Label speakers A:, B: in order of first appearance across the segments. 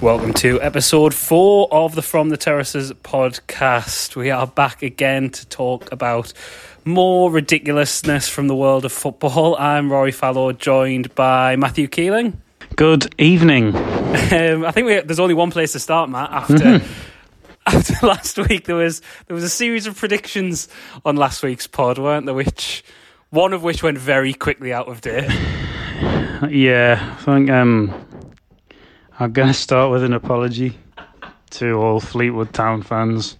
A: Welcome to episode four of the From the Terraces podcast. We are back again to talk about more ridiculousness from the world of football. I'm Rory Fallow, joined by Matthew Keeling.
B: Good evening.
A: Um, I think we, there's only one place to start, Matt. After after last week, there was there was a series of predictions on last week's pod, weren't there? Which one of which went very quickly out of date.
B: Yeah, I think um, I'm going to start with an apology to all Fleetwood Town fans.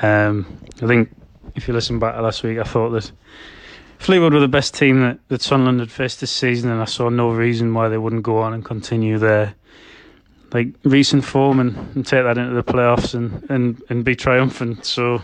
B: Um, I think if you listen back to last week, I thought that Fleetwood were the best team that, that Sunderland had faced this season, and I saw no reason why they wouldn't go on and continue their like recent form and, and take that into the playoffs and, and, and be triumphant. So.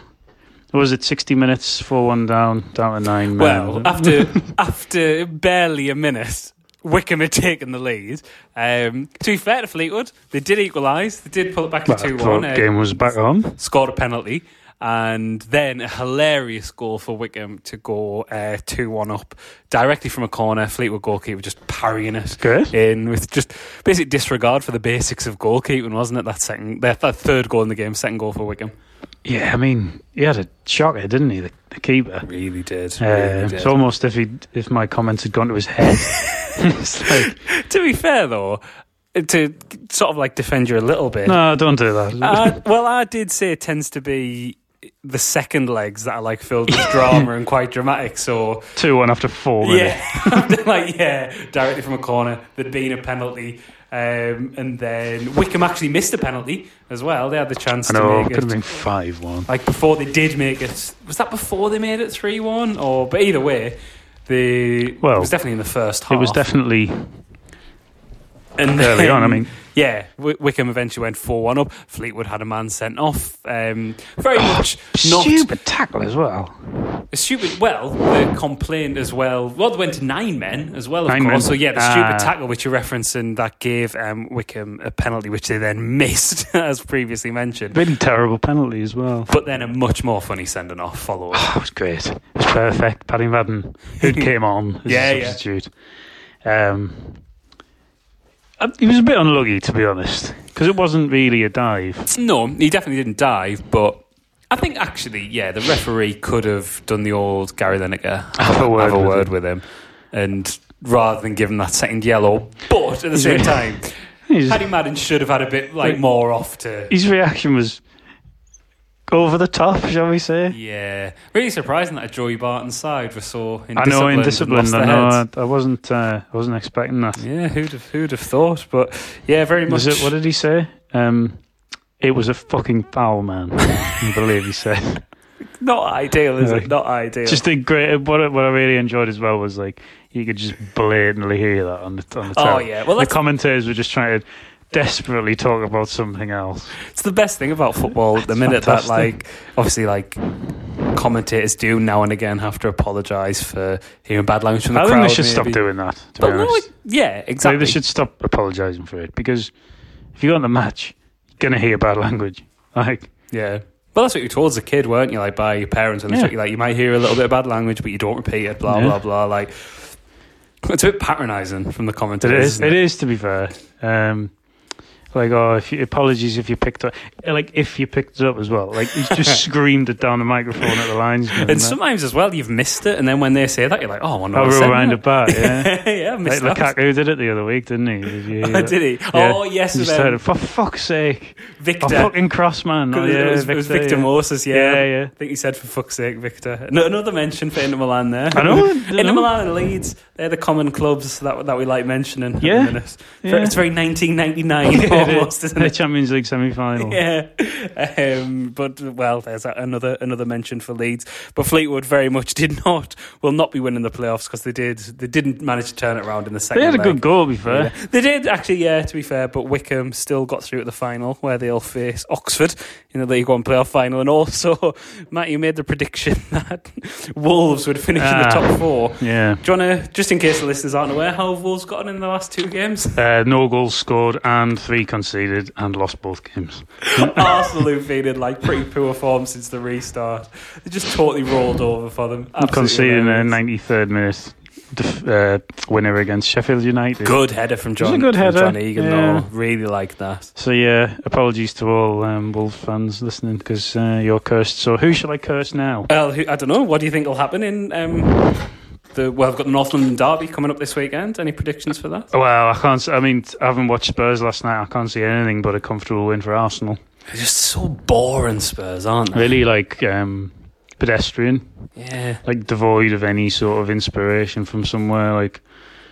B: What was it 60 minutes 4-1 down down to 9
A: Well, after after barely a minute, Wickham had taken the lead. Um, to be fair to Fleetwood, they did equalise. They did pull it back to
B: Well,
A: two
B: I
A: one.
B: thought game was back on.
A: scored a penalty, and then a hilarious goal for Wickham to go uh, two one up directly from a corner. Fleetwood goalkeeper just parrying it
B: Good.
A: in with just basic disregard for the basics of goalkeeping, wasn't it? That second, that, that third goal in the game, second goal for Wickham,
B: Yeah, I mean, he had a shocker, didn't he? The, the keeper.
A: really did.
B: Uh, it's almost if he if my comments had gone to his head. it's like,
A: to be fair though, to sort of like defend you a little bit.
B: no, don't do that.
A: I, well, I did say it tends to be the second legs that are like filled with drama and quite dramatic. So
B: Two one after four minutes.
A: yeah, like yeah, directly from a corner. There'd been a penalty, um, and then Wickham actually missed a penalty as well. They had the chance
B: I
A: to
B: know,
A: make
B: could
A: it.
B: have been five one.
A: Like before they did make it, was that before they made it three one or? But either way, the well, it
B: Well,
A: was definitely in the first half.
B: It was definitely
A: and
B: early
A: then-
B: on. I mean,
A: yeah, Wi- Wickham eventually went four one up. Fleetwood had a man sent off. Um, very much not
B: stupid tackle as well.
A: The stupid, well, the complaint as well. Well, they went to nine men as well, of
B: Nine
A: course.
B: men.
A: So, yeah, the stupid
B: Ah.
A: tackle, which you're referencing, that gave um, Wickham a penalty, which they then missed, as previously mentioned.
B: Really terrible penalty as well.
A: But then a much more funny sending off followed.
B: That was great. It was perfect. Paddy Madden, who came on as
A: Yeah,
B: a
A: yeah.
B: substitute. Um, I- he was a bit unlucky, to be honest, because it wasn't really a dive.
A: No, he definitely didn't dive, but I think actually, yeah, the referee could have done the old Gary Lineker
B: Have a word
A: have a
B: with
A: word with him, and rather than give him that second yellow. But at the same time,
B: His,
A: Paddy Madden should have had a bit like more off to.
B: his reaction was over the top, shall we say?
A: Yeah, really surprising that a Joey Barton side was so.
B: I know, in
A: indisciplined and
B: discipline, I
A: lost
B: know, I, I wasn't, uh, I wasn't expecting that.
A: their heads. Yeah, who'd have who'd have thought? But yeah, very much.
B: Was it, what did he say? Um, it was a fucking foul, man. I believe he said.
A: Not ideal, is
B: Yeah.
A: it? Not ideal.
B: Just a great. What I, what I really enjoyed as well was like you could just blatantly hear that on the on the.
A: Oh,
B: tower.
A: yeah. Well,
B: the
A: that's-
B: commentators were just trying to desperately talk about something else.
A: it's the best thing about football at the minute that like
B: fantastic.
A: obviously like commentators do now and again have to apologise for hearing bad language from the
B: I
A: crowd.
B: think they should stop
A: maybe.
B: doing that. To
A: But
B: be
A: no,
B: honest,
A: it- yeah,
B: Like,
A: exactly.
B: they should stop apologising for it because if you go on the match, you're gonna hear bad language. Like
A: Yeah. Well, that's what you were told as a kid, weren't you? Like by your parents when they
B: Yeah.
A: took you, like you might hear a little bit of bad language, but you don't repeat it. Blah
B: Yeah.
A: blah blah. Like it's a bit patronising from the
B: it
A: commentators.
B: is.
A: isn't
B: It is to be fair. Um, like oh, if you, apologies if you picked up. Like if you picked it up as well. Like he just screamed it down the microphone at the linesman.
A: And sometimes as well, you've missed it, and then when they say that, you're like, oh, I wonder
B: I'll
A: what I said
B: rewind
A: now.
B: it back. Yeah.
A: yeah, I
B: Like
A: missed that.
B: Lukaku did it the other week, didn't he? Did, you hear that?
A: Did he?
B: Yeah.
A: Oh yes,
B: He
A: and
B: just
A: then
B: said, for fuck's sake.
A: Victor.
B: A fucking cross, man. Oh,
A: Because
B: yeah,
A: it, was, it was Victor
B: yeah.
A: Moses, yeah.
B: Yeah, yeah.
A: I think he said, for fuck's sake, Victor. No, another mention for Inter Milan there.
B: I know. I
A: Inter
B: know.
A: Milan and Leeds, they're the common clubs that, that we like mentioning. at the
B: Yeah,
A: minute.
B: yeah.
A: It's very 1999 almost, isn't
B: the
A: it?
B: Champions League semi final.
A: Yeah, um, but well, there's another another mention for Leeds. But Fleetwood very much did not will not be winning the playoffs because they did they didn't manage to turn it around in the second.
B: They had a
A: leg.
B: good goal, to be fair.
A: Yeah. They did actually, yeah. To be fair, but Wickham still got through to the final, where they'll face Oxford in the League One playoff final. And also, Matt, you made the prediction that Wolves would finish in the
B: Ah.
A: top four.
B: Yeah.
A: Do you want to, just in case the listeners aren't aware, how have Wolves gotten in the last two games?
B: Uh, no goals scored and three conceded and lost both games.
A: Arsenal have been in like pretty poor form since the restart. They just totally rolled over for them. Absolutely
B: Conceded in the
A: hilarious.
B: 93rd minute. def- uh, winner against Sheffield United.
A: Good header from John.
B: a good
A: from
B: header,
A: John Egan,
B: yeah.
A: though. Really like that.
B: So yeah, apologies to all um, Wolves fans listening because uh, you're cursed. So who shall I curse now?
A: Well, who- I don't know. What do you think will happen in um, the? Well, I've got the North London derby coming up this weekend. Any predictions for that?
B: Well, I can't. s- I mean, I haven't watched Spurs last night. I can't see anything but a comfortable win for Arsenal.
A: They're just so boring, Spurs, aren't they?
B: Really, like um, pedestrian,
A: Yeah.
B: like devoid of any sort of inspiration from somewhere. Like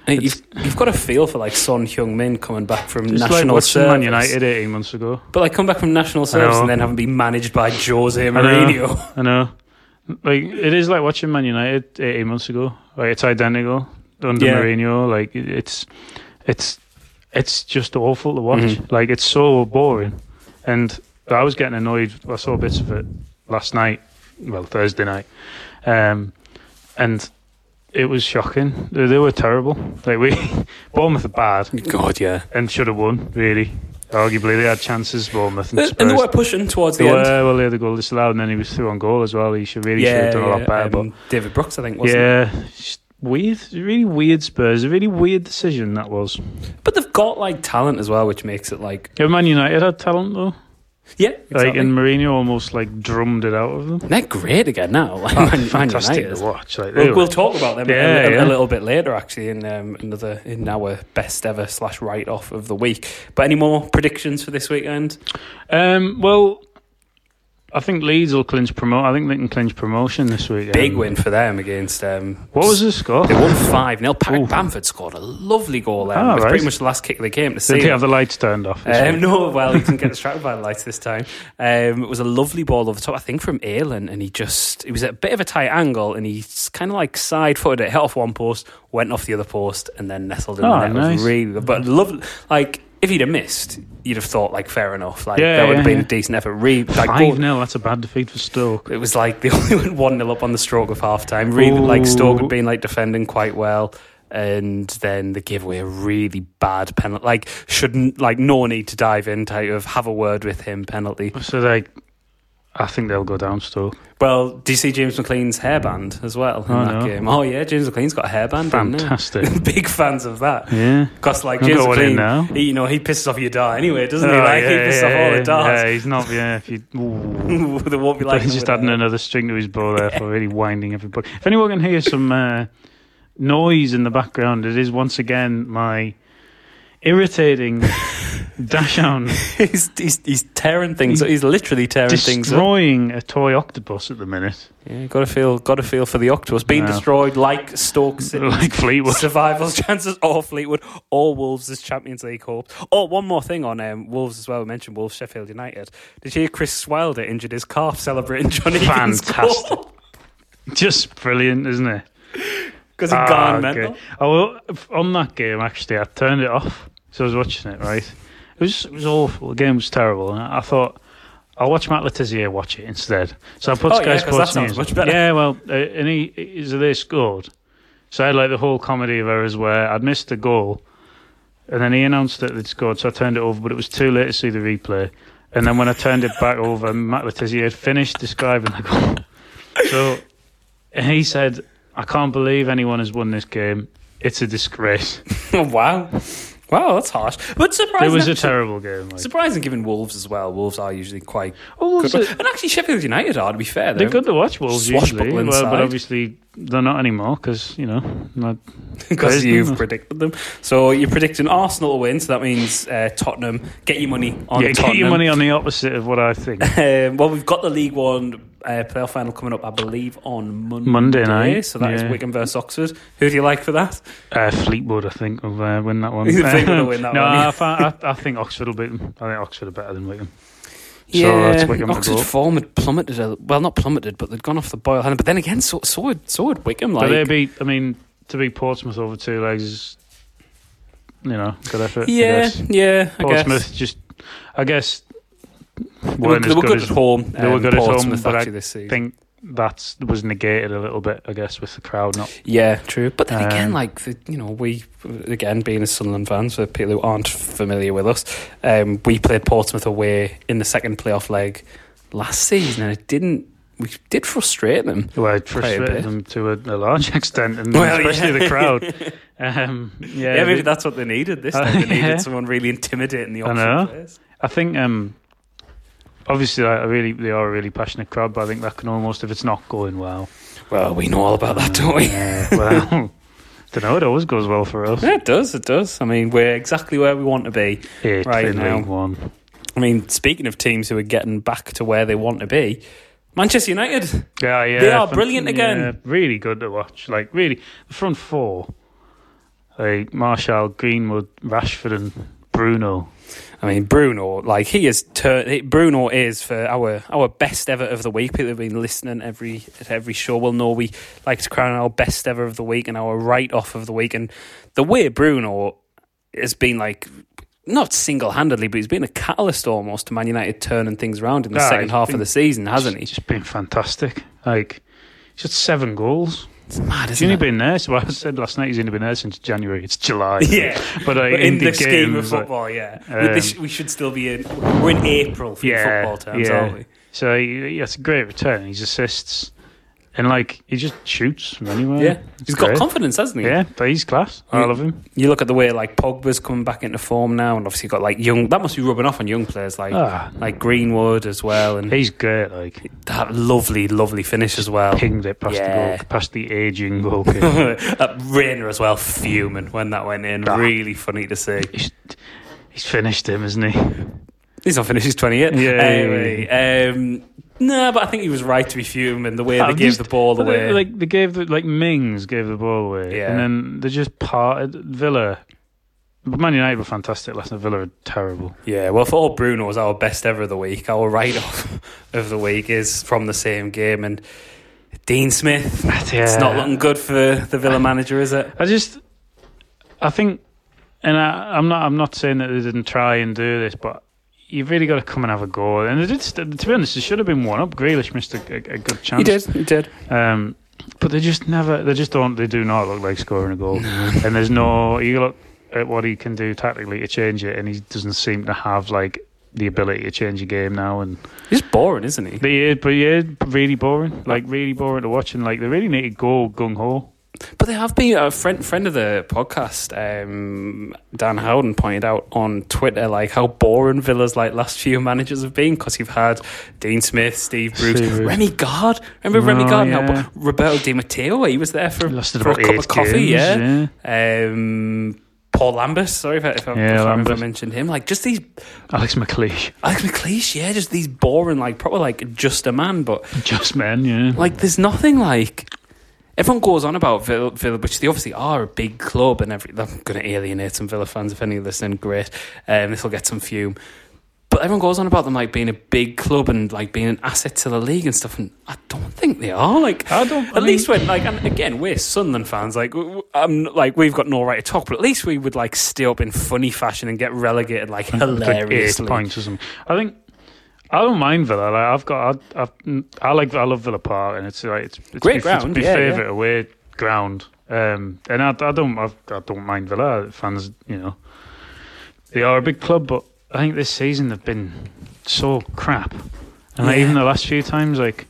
A: And You've, you've got a feel for like Son Heung-min coming back from
B: it's like
A: national
B: watching
A: service.
B: Man United eighteen months ago.
A: But like come back from national service and then having been managed by Jose
B: know.
A: Mourinho.
B: I know. Like it is like watching Man United eighteen months ago. Like it's identical under
A: Yeah.
B: Mourinho. Like it- it's it's it's just awful to watch. Like it's so boring. And I was getting annoyed. I saw bits of it last night. Well, Thursday night. Um, and it was shocking. They, they were terrible. Like we, Bournemouth are bad
A: God, yeah.
B: and should have won. Really, arguably they had chances. Bournemouth and
A: And they
B: Spurs.
A: were pushing towards the
B: Well,
A: end.
B: uh, well, they had a goal disallowed, and then he was through on goal as well. He should really should have done a lot better.
A: um, David Brooks, I think,
B: but
A: wasn't it?
B: yeah, just weird, really weird Spurs. A really weird decision that was.
A: But they've got like talent as well, which makes it like
B: Yeah, Man United had talent though.
A: yeah,
B: Like,
A: exactly.
B: and Mourinho almost like drummed it out of them.
A: they're great again now. Like, Man- Man
B: Oh, Fantastic
A: United.
B: to watch. Like, they
A: We'll,
B: were-
A: we'll talk about them a-
B: Yeah,
A: a, a
B: yeah.
A: little bit later, actually, in um, another in our best ever slash write off of the week. But any more predictions for this weekend?
B: um, well, I think Leeds will clinch promote. I think they can clinch promotion this week. um,
A: Big win for them against. Um,
B: What was the score?
A: They won five 0 Patrick Bamford scored a lovely goal there.
B: Ah,
A: it was
B: right.
A: pretty much the last kick of the game to see.
B: Did they
A: it.
B: have the lights turned off? this
A: Um,
B: week?
A: no, well, he didn't get distracted by the lights this time. Um, it was a lovely ball over the top, I think, from Aylan, and he just, it was at a bit of a tight angle, and he kind of like side footed it, hit off one post, went off the other post, and then nestled in
B: Oh,
A: the net. It was
B: nice.
A: really good. But love, like, if he'd have missed, you'd have thought, like, fair enough. Like,
B: Yeah,
A: that would have
B: yeah,
A: been
B: yeah.
A: a decent effort. Re- like,
B: Five
A: goal-
B: 0 That's a bad defeat for Stoke.
A: it was like they only went 1 0 up on the stroke of half time. Really, like, Stoke had
B: Ooh.
A: been, like, defending quite well. And then they gave away a really bad penalty. Like, shouldn't, like, no need to dive in type of have a word with him penalty.
B: So like, I think they'll go down Stoke.
A: Well, do you see James McLean's hairband as well in
B: Oh,
A: that
B: no.
A: game? Oh, yeah, James McLean's got a hairband. didn't he?
B: Fantastic.
A: Big fans of that.
B: Yeah.
A: Because, like,
B: I've
A: James
B: got one in
A: McLean,
B: now.
A: He, you know, he pisses off your dart anyway, doesn't he?
B: Oh,
A: Like, he pisses off all the darts.
B: Yeah, he's not. Yeah, if you, ooh.
A: they won't be
B: But
A: like
B: he's just adding another string to his bow there for really winding everybody. If anyone can hear some uh, noise in the background, it is once again my irritating Dachshund
A: he's, he's, he's tearing things. He's,
B: He's
A: literally tearing things up.
B: destroying a toy octopus at the minute,
A: Yeah, gotta feel, gotta feel for the octopus being
B: No.
A: destroyed like Stoke City.
B: like Fleetwood.
A: Survival's chances or Fleetwood or Wolves as Champions League hope. Oh, one more thing on um, Wolves as well. We mentioned Wolves, Sheffield United. Did you hear Chris Wilder injured his calf celebrating Johnny
B: Fantastic. Just brilliant, isn't it?
A: Because he
B: Ah,
A: gone
B: okay.
A: mental.
B: Oh, well, f- on that game, actually, I turned it off. So I was watching it, right? It was it was awful. The game was terrible. And I thought, I'll watch Matt Letizia watch it instead. So I put
A: Oh,
B: Sky
A: yeah, 'cause
B: Sports
A: that sounds
B: News.
A: much better.
B: Yeah, well, uh, and he, he- so they scored. So I had like the whole comedy of errors where I'd missed the goal, and then he announced that they'd scored. So I turned it over, but it was too late to see the replay. And then when I turned it back over, Matt Letizia had finished describing the goal. So he said, I can't believe anyone has won this game. It's a disgrace.
A: Oh, wow. Wow, that's harsh. But
B: It
A: surprising.
B: was a
A: actually-
B: terrible game. Like.
A: Surprising given Wolves as well. Wolves are usually quite
B: Oh,
A: good.
B: Wolves are-
A: And actually, Sheffield United are, to be fair.
B: they're
A: Though.
B: good to watch, Wolves, usually.
A: Swashbuckling
B: Well, but
A: side.
B: obviously, they're not anymore because, you know, not,
A: because
B: Praise
A: you've
B: them.
A: predicted them. So you're predicting Arsenal to win, so that means uh, Tottenham. Get your money on
B: yeah,
A: Tottenham.
B: get your money on the opposite of what I think.
A: Um, well, we've got the League One uh, playoff final coming up, I believe, on Monday.
B: Monday night,
A: So that is
B: yeah.
A: Wigan versus Oxford. Who do you like for that?
B: Uh, Fleetwood, I think, will uh, win that one.
A: You think they'll win that
B: no,
A: one, yeah.
B: I, fi- I, I think Oxford will beat them. I think Oxford are better than Wigan. that's Wigan will
A: Oxford
B: go.
A: form had plummeted. A, well, not plummeted, but they'd gone off the boil. hadn't they? But then again, so so would, so would Wigan.
B: but
A: Like,
B: they beat, I mean, to beat Portsmouth over two legs is, you know, good effort. I
A: yeah,
B: guess.
A: yeah. I guess.
B: Portsmouth just, I guess,
A: They were,
B: weren't
A: they
B: as
A: were
B: good
A: good
B: as
A: at home.
B: they were
A: um,
B: good at home,
A: Portsmouth
B: but I
A: actually this season.
B: think that was negated a little bit, I guess, with the crowd not.
A: Yeah, true. But then again,
B: Um,
A: like the, you know, we again being as Sunderland fans for people who aren't familiar with us, um, we played Portsmouth away in the second playoff leg last season, and it didn't
C: we did frustrate them.
B: Well,
C: Quite a
B: it
C: bit.
B: frustrated them to a, a large extent, and
A: Well,
B: especially
A: yeah.
B: the crowd. Um, yeah,
A: Yeah, maybe
B: they-
A: that's what they needed this
B: Uh,
A: time. They needed
B: yeah.
A: someone really intimidating the
B: I
A: opposite
B: know.
A: players.
B: I think um, obviously I I really they are a really passionate crowd, but I think that can almost if it's not going well.
C: Well, we know all about that, don't we?
B: Uh, well, don't know. It always goes well for us.
A: Yeah, it does. It does. I mean, we're exactly where we want to be.
B: Eight
A: Right
B: in
A: now.
B: League One.
A: I mean, speaking of teams who are getting back to where they want to be, Manchester United.
B: Yeah, yeah,
A: They are
B: fant-
A: brilliant again.
B: yeah, really good to watch. Like really, the front four, like Marshall, Greenwood, Rashford, and Bruno.
A: I mean, Bruno, like he is. Tur- Bruno is for our our best ever of the week. People have been listening every at every show. will know we like to crown our best ever of the week and our write off of the week. And the way Bruno has been like. Not single handedly, but he's been a catalyst almost to Man United turning things around in the
B: Ah,
A: second
B: he's
A: half of
B: been-
A: the season, hasn't he?
B: He's just been fantastic. Like he's had seven goals.
A: It's mad,
B: He's
A: isn't
B: only
A: it?
B: been there. So I said last night he's only been there since January. It's July.
A: Yeah.
B: but, uh, like,
A: But in the scheme of
B: games, like-
A: football, yeah.
B: um,
A: we, this, we should still be in. We're in April for
B: Yeah,
A: football terms,
B: yeah.
A: aren't we?
B: So he, he has a great return. His assists, and like he just shoots from anywhere.
A: Yeah.
B: It's
A: He's got
B: great.
A: confidence, hasn't he?
B: Yeah, but he's class. I
A: Yeah.
B: love him.
A: You look at the way like Pogba's coming back into form now, and obviously got like young. That must be rubbing off on young players like
B: Ah.
A: like Greenwood as well, and
B: He's great. Like
A: that lovely, lovely finish as well.
B: pinged it past
A: Yeah.
B: the goal, past the aging goalkeeper.
A: that Rainer as well, fuming when that went in.
B: Ah.
A: Really funny to see.
B: he's, he's finished him, isn't he?
A: He's not finished. He's twenty yet.
B: Yeah, yeah, yeah.
A: Anyway, um, no, but I think he was right to be fuming and the way they
B: I'm
A: gave
B: just-
A: the ball
B: but they-
A: away.
B: Like they gave the like Mings gave the ball away,
A: Yeah.
B: and then they just parted Villa. Man United were fantastic last night. Villa were terrible.
A: Yeah, well, for all Bruno's our best ever of the week, our write off of the week is from the same game. And Dean Smith, it's not
B: Uh,
A: looking good for the Villa manager, is it?
B: I just, I think, and I, I'm not. I'm not saying that they didn't try and do this, but you've really got to come and have a go. And they did. st- To be honest, it should have been one up. Grealish missed a, a, a good chance.
A: he did.
B: Um, but they just never. They just don't. They do not look like scoring a goal. and there's no. You look at what he can do tactically to change it, and he doesn't seem to have like the ability to change a game now. And
A: He's boring, isn't he?
B: they, but yeah, really boring. Like really boring to watch. And like they really need to go gung ho.
A: But they have been a friend friend of the podcast. Um, Dan Howden pointed out on Twitter like how boring Villa's like last few managers have been because you've had Dean Smith, Steve Bruce,
B: Steve Bruce.
A: Remy Gard. Remember
B: Oh,
A: Remy Gard?
B: yeah.
A: Now, Roberto Di Matteo, he was there for,
B: Lost
A: for a
B: about
A: cup
B: eight
A: of coffee.
B: games,
A: yeah.
B: yeah.
A: um, Paul Lambus. Sorry if I, if I,
B: Yeah,
A: if I remember
B: Lambus.
A: mentioned him. Like just these
B: Alex McLeish,
A: Alex McLeish, yeah, just these boring, like proper, like just a man. But
B: just men. Yeah.
A: like, there's nothing like. Everyone goes on about Villa, Villa, which they obviously are a big club, and every I'm going to alienate some Villa fans if any are listening. Great, um, this will get some fume. But everyone goes on about them like being a big club and like being an asset to the league and stuff, and I don't think they are. Like,
B: I don't.
A: at least when like and again we're Sunderland fans like w- w- um like we've got no right to talk but at least we would like stay up in funny fashion and get relegated like
B: hilarious
A: hilariously
B: points or something. I think I don't mind Villa. Like, I've got I, I've, I like I love Villa Park, and it's like it's, it's
A: Great
B: my-
A: ground,
B: It's my
A: yeah,
B: favourite away ground, um, and I, I don't I've, I don't mind Villa fans. You know, they are a big club, but I think this season they've been so crap, and like,
A: Yeah.
B: even the last few times like.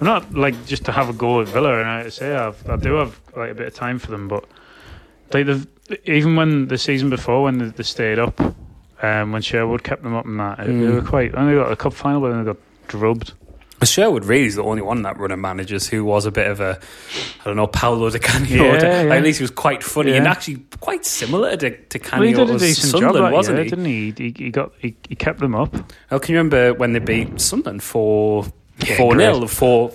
B: I'm not like just to have a go at Villa, and I say I've, I do have like a bit of time for them, but like they've even when the season before when they, they stayed up, um, when Sherwood kept them up and that, they
A: Mm.
B: were quite. And they got a cup final, but then they got drubbed.
A: Sherwood really is the only one that running managers who was a bit of a I don't know Paolo De Canio
B: Yeah,
A: Like,
B: yeah.
A: at least he was quite funny and
B: Yeah.
A: actually quite similar to De
B: Well, he
A: Canio
B: did a decent
A: Sunderland
B: job, that
A: wasn't
B: year,
A: he?
B: didn't he? He, he got he, he kept them up.
A: Oh, can you remember when they beat Sunderland four
B: Yeah,
A: four
B: great.
A: nil four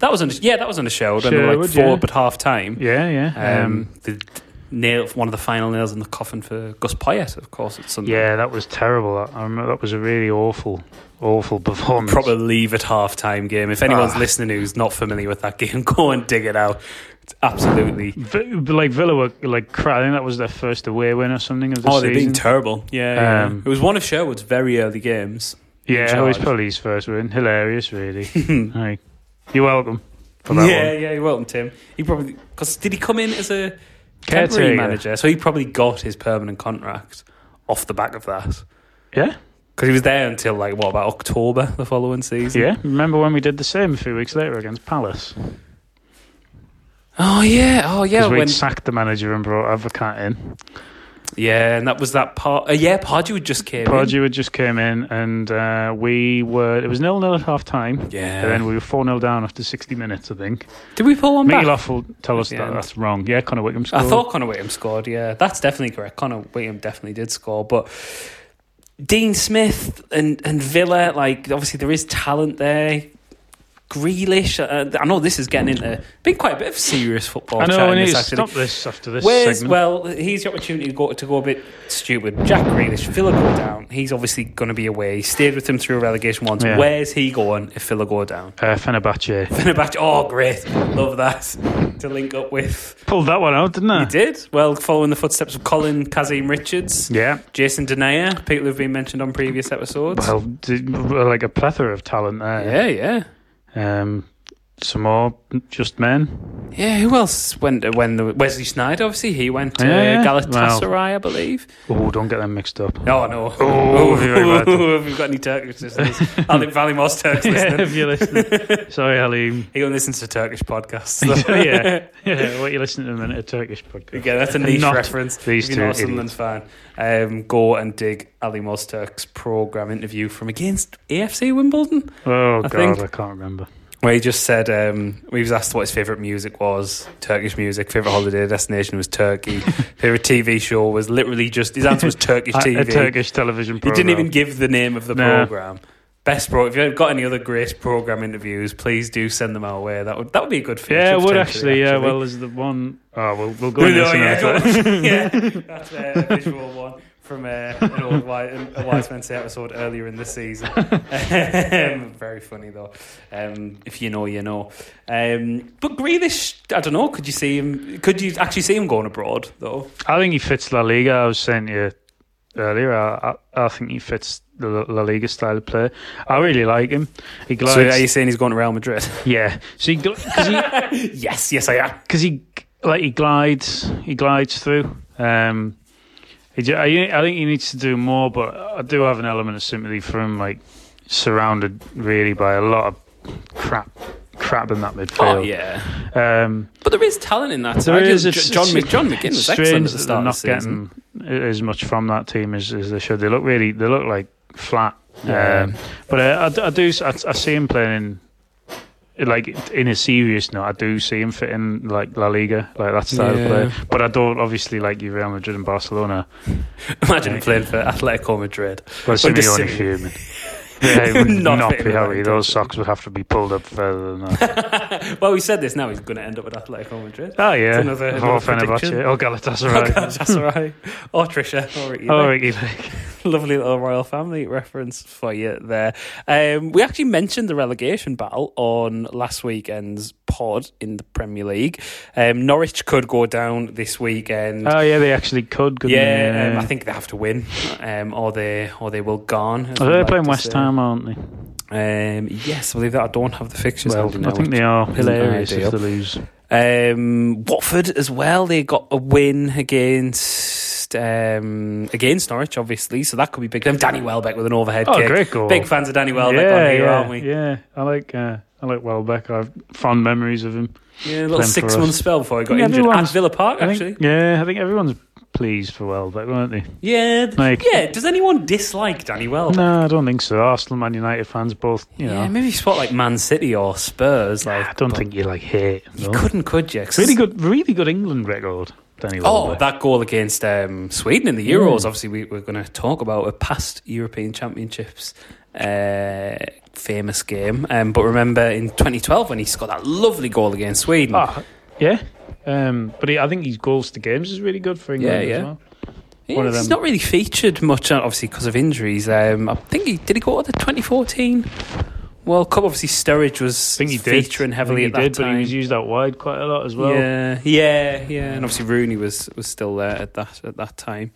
A: that was under yeah that was under Sherwood, and they were like
B: Sherwood,
A: four
B: yeah.
A: but half time
B: Yeah, yeah, um,
A: Um, the nail, one of the final nails in the coffin for Gus Poyet, of course, at Sunderland.
B: yeah. That was terrible. I remember that was a really awful, awful performance.
A: Proper leave at half time game. If anyone's
B: Ah.
A: listening who's not familiar with that game, go and dig it out. It's absolutely.
B: V- like Villa were like cra- I think that was their first away win or something of the
A: Oh,
B: season.
A: they've been terrible. Yeah, yeah.
B: Um,
A: it was one of Sherwood's very early games.
B: yeah, it was
A: charge.
B: probably his first win. Hilarious, really. like, you're welcome for that
A: yeah,
B: one.
A: yeah. You're welcome, Tim. He probably because did he come in as a
B: Caretaker.
A: temporary manager? So he probably got his permanent contract off the back of that.
B: Yeah,
A: Because he was there until like what about October the following season?
B: Yeah, remember when we did the same a few weeks later against Palace?
A: Oh yeah. Oh yeah.
B: Because we'd
A: When,
B: sacked the manager and brought Avocat in.
A: yeah, and that was that part. Uh, yeah, Pardew just came. in.
B: Pardew had just came in, and uh, we were it was nil nil at half time.
A: Yeah.
B: and then we were four 0 down after sixty minutes, I think.
A: Did we pull one back?
B: Mickey Lough will tell us
A: the
B: that
A: end.
B: that's wrong. Yeah, Connor Wickham scored.
A: I thought Connor Whittam scored. Yeah, that's definitely correct. Connor Whittam definitely did score, but Dean Smith and and Villa, like obviously there is talent there. Grealish, uh, I know this is getting into been quite a bit of serious football.
B: I know
A: chat
B: we
A: in
B: need
A: this,
B: to
A: actually.
B: stop this after this
A: Where's
B: segment.
A: well, here's the opportunity to go to go a bit stupid. Jack Grealish, Villa go down. He's obviously going to be away. He stayed with him through relegation once.
B: Yeah.
A: Where's he going if Villa go down?
B: uh, Fenerbahce
A: Fenerbahce. Oh, great, love that to link up with.
B: pulled that one out, didn't I?
A: You did. Well, following the footsteps of Colin Kazim Richards,
B: Yeah.
A: Jason Denea, people who've been mentioned on previous episodes.
B: Well, did, like a plethora of talent there.
A: yeah, yeah.
B: Um, some more just men.
A: Yeah, who else went to, when the Wesley Snyder obviously he went to uh,
B: Yeah, yeah.
A: Galatasaray, I believe.
B: Oh, don't get them mixed up.
A: No, no.
B: Oh, very bad.
A: have we got any Turkish listeners? I think Valley Moss Turkish
B: yeah,
A: listeners.
B: if you're listening. Sorry, Halim.
A: He only listens to Turkish podcasts. So.
B: yeah, yeah. What you listening to in a minute? A Turkish podcast.
A: Again, that's a niche
B: Not
A: reference.
B: these
A: if you're
B: two
A: not a Sunderland fan, um, go and dig Ali Mosturk's program interview from against AFC Wimbledon.
B: Oh
A: I
B: God,
A: think-
B: I can't remember.
A: Where he just said, um, he was asked what his favourite music was Turkish music, favourite holiday destination was Turkey, favourite TV show was literally just, his answer was Turkish
B: A-
A: TV.
B: A, Turkish television.
A: he
B: Program.
A: didn't even give the name of the
B: No.
A: programme. Best pro. If you've got any other great program interviews, please do send them our way. That would that would be a good. feature
B: Yeah, it would
A: potentially,
B: actually. Yeah, well, there's the one. Oh, we'll we'll go
A: No,
B: into
A: no, yeah,
B: another time.
A: don't- yeah, that's uh, a visual one from uh, an old wise, a wise men say episode earlier in the season. Um, very funny though. Um, if you know, you know. Um, but Grealish, I don't know. Could you see him? Could you actually see him going abroad though?
B: I think he fits La Liga. I was saying to you earlier. I I, I think he fits the La La Liga style of play. I really like him. He glides.
A: Oh, saying he's going to Real Madrid?
B: yeah. So he because he
A: yes, yes, I am.
B: because he like he glides he glides through. Um, he, ju- I, I think he needs to do more, but I do have an element of sympathy for him, like surrounded really by a lot of crap crap in that midfield.
A: Oh yeah,
B: Um,
A: but there is talent in that.
B: there
A: I
B: is
A: do-
B: it's-
A: John
B: it's
A: Mc, John McGinn was
B: strange
A: excellent at the
B: that
A: start
B: they're
A: of the
B: not
A: season.
B: getting as much from that team as, as they should. They look really they look like flat.
A: Yeah.
B: Um, but I, I d- I do s- I, I see him playing. Like in a serious note, I do see him fitting like La Liga, like that style
A: Yeah.
B: of play. But I don't obviously like you Real Madrid and Barcelona.
A: Imagine him playing for Atletico Madrid.
B: Well,
A: Under Simeone.
B: Simeone fuming. They would
A: Not
B: not,
A: fitting
B: be
A: in that
B: happy. Those socks would have to be pulled up further than that.
A: well, we said this. Now he's going to end up with Atletico Madrid.
B: oh yeah,
A: another-
B: or
A: another prediction. Oh,
B: Fenerbahce, or Oh, Galatasaray,
A: That's all right. Or Trisha. Or Ricky
B: or
A: Lake.
B: Ricky Lake.
A: Lovely little royal family reference for you there. Um, we actually mentioned the relegation battle on last weekend's pod in the Premier League. Um, Norwich could go down this weekend.
B: Oh yeah, they actually could. couldn't
A: yeah,
B: they?
A: Um, I think they have to win, um, or they or they will gone. as
B: Are
A: we
B: they
A: like
B: playing
A: to
B: West
A: say.
B: Ham, aren't they?
A: Um, yes, I believe that. I don't have the fixtures.
B: Well,
A: handy
B: I
A: now,
B: think they are
A: isn't
B: hilarious
A: ideal.
B: if they lose.
A: Um, Watford as well. They got a win against um, against Norwich, obviously. So that could be big. Them Danny Welbeck with an overhead
B: Oh,
A: kick.
B: great goal!
A: Big fans of Danny Welbeck
B: yeah,
A: on here,
B: yeah,
A: aren't we? Yeah,
B: Yeah, I like uh, I like Welbeck. I've fond memories of him.
A: a little
B: Playing for
A: six
B: us.
A: month spell before he got
B: Yeah,
A: injured at
B: everyone's-
A: Villa Park,
B: I think-
A: actually.
B: yeah, I think everyone's pleased for Welbeck, weren't they?
A: Yeah, th-
B: Like-
A: yeah. Does anyone dislike Danny Welbeck?
B: No, I don't think so. Arsenal, Man United fans, both. You know,
A: Oh. Yeah, maybe spot like Man City or Spurs. Like,
B: I don't
A: but
B: think you like hate. him,
A: you
B: though.
A: couldn't, could you? 'Cause-
B: Really good, really good England record. Danny
A: Oh,
B: Welbeck.
A: that goal against um, Sweden in the Euros.
B: Mm.
A: Obviously, we, we're going to talk about a past European Championships uh, famous game. Um, but remember in 2012 when he scored that lovely goal against Sweden.
B: Ah, yeah. Um, but he, I think his goals to games is really good for England
A: Yeah,
B: as
A: yeah.
B: well.
A: Yeah,
B: one of
A: he's
B: them.
A: not really featured much, uh, obviously, because of injuries. Um, I think he did he go to the 2014 World Cup. Obviously, Sturridge was
B: I think he did.
A: featuring
B: I think
A: heavily
B: he
A: at that
B: did,
A: time.
B: but he was used out wide quite a lot as well.
A: Yeah, yeah, yeah. And obviously Rooney was was still there at that at that time.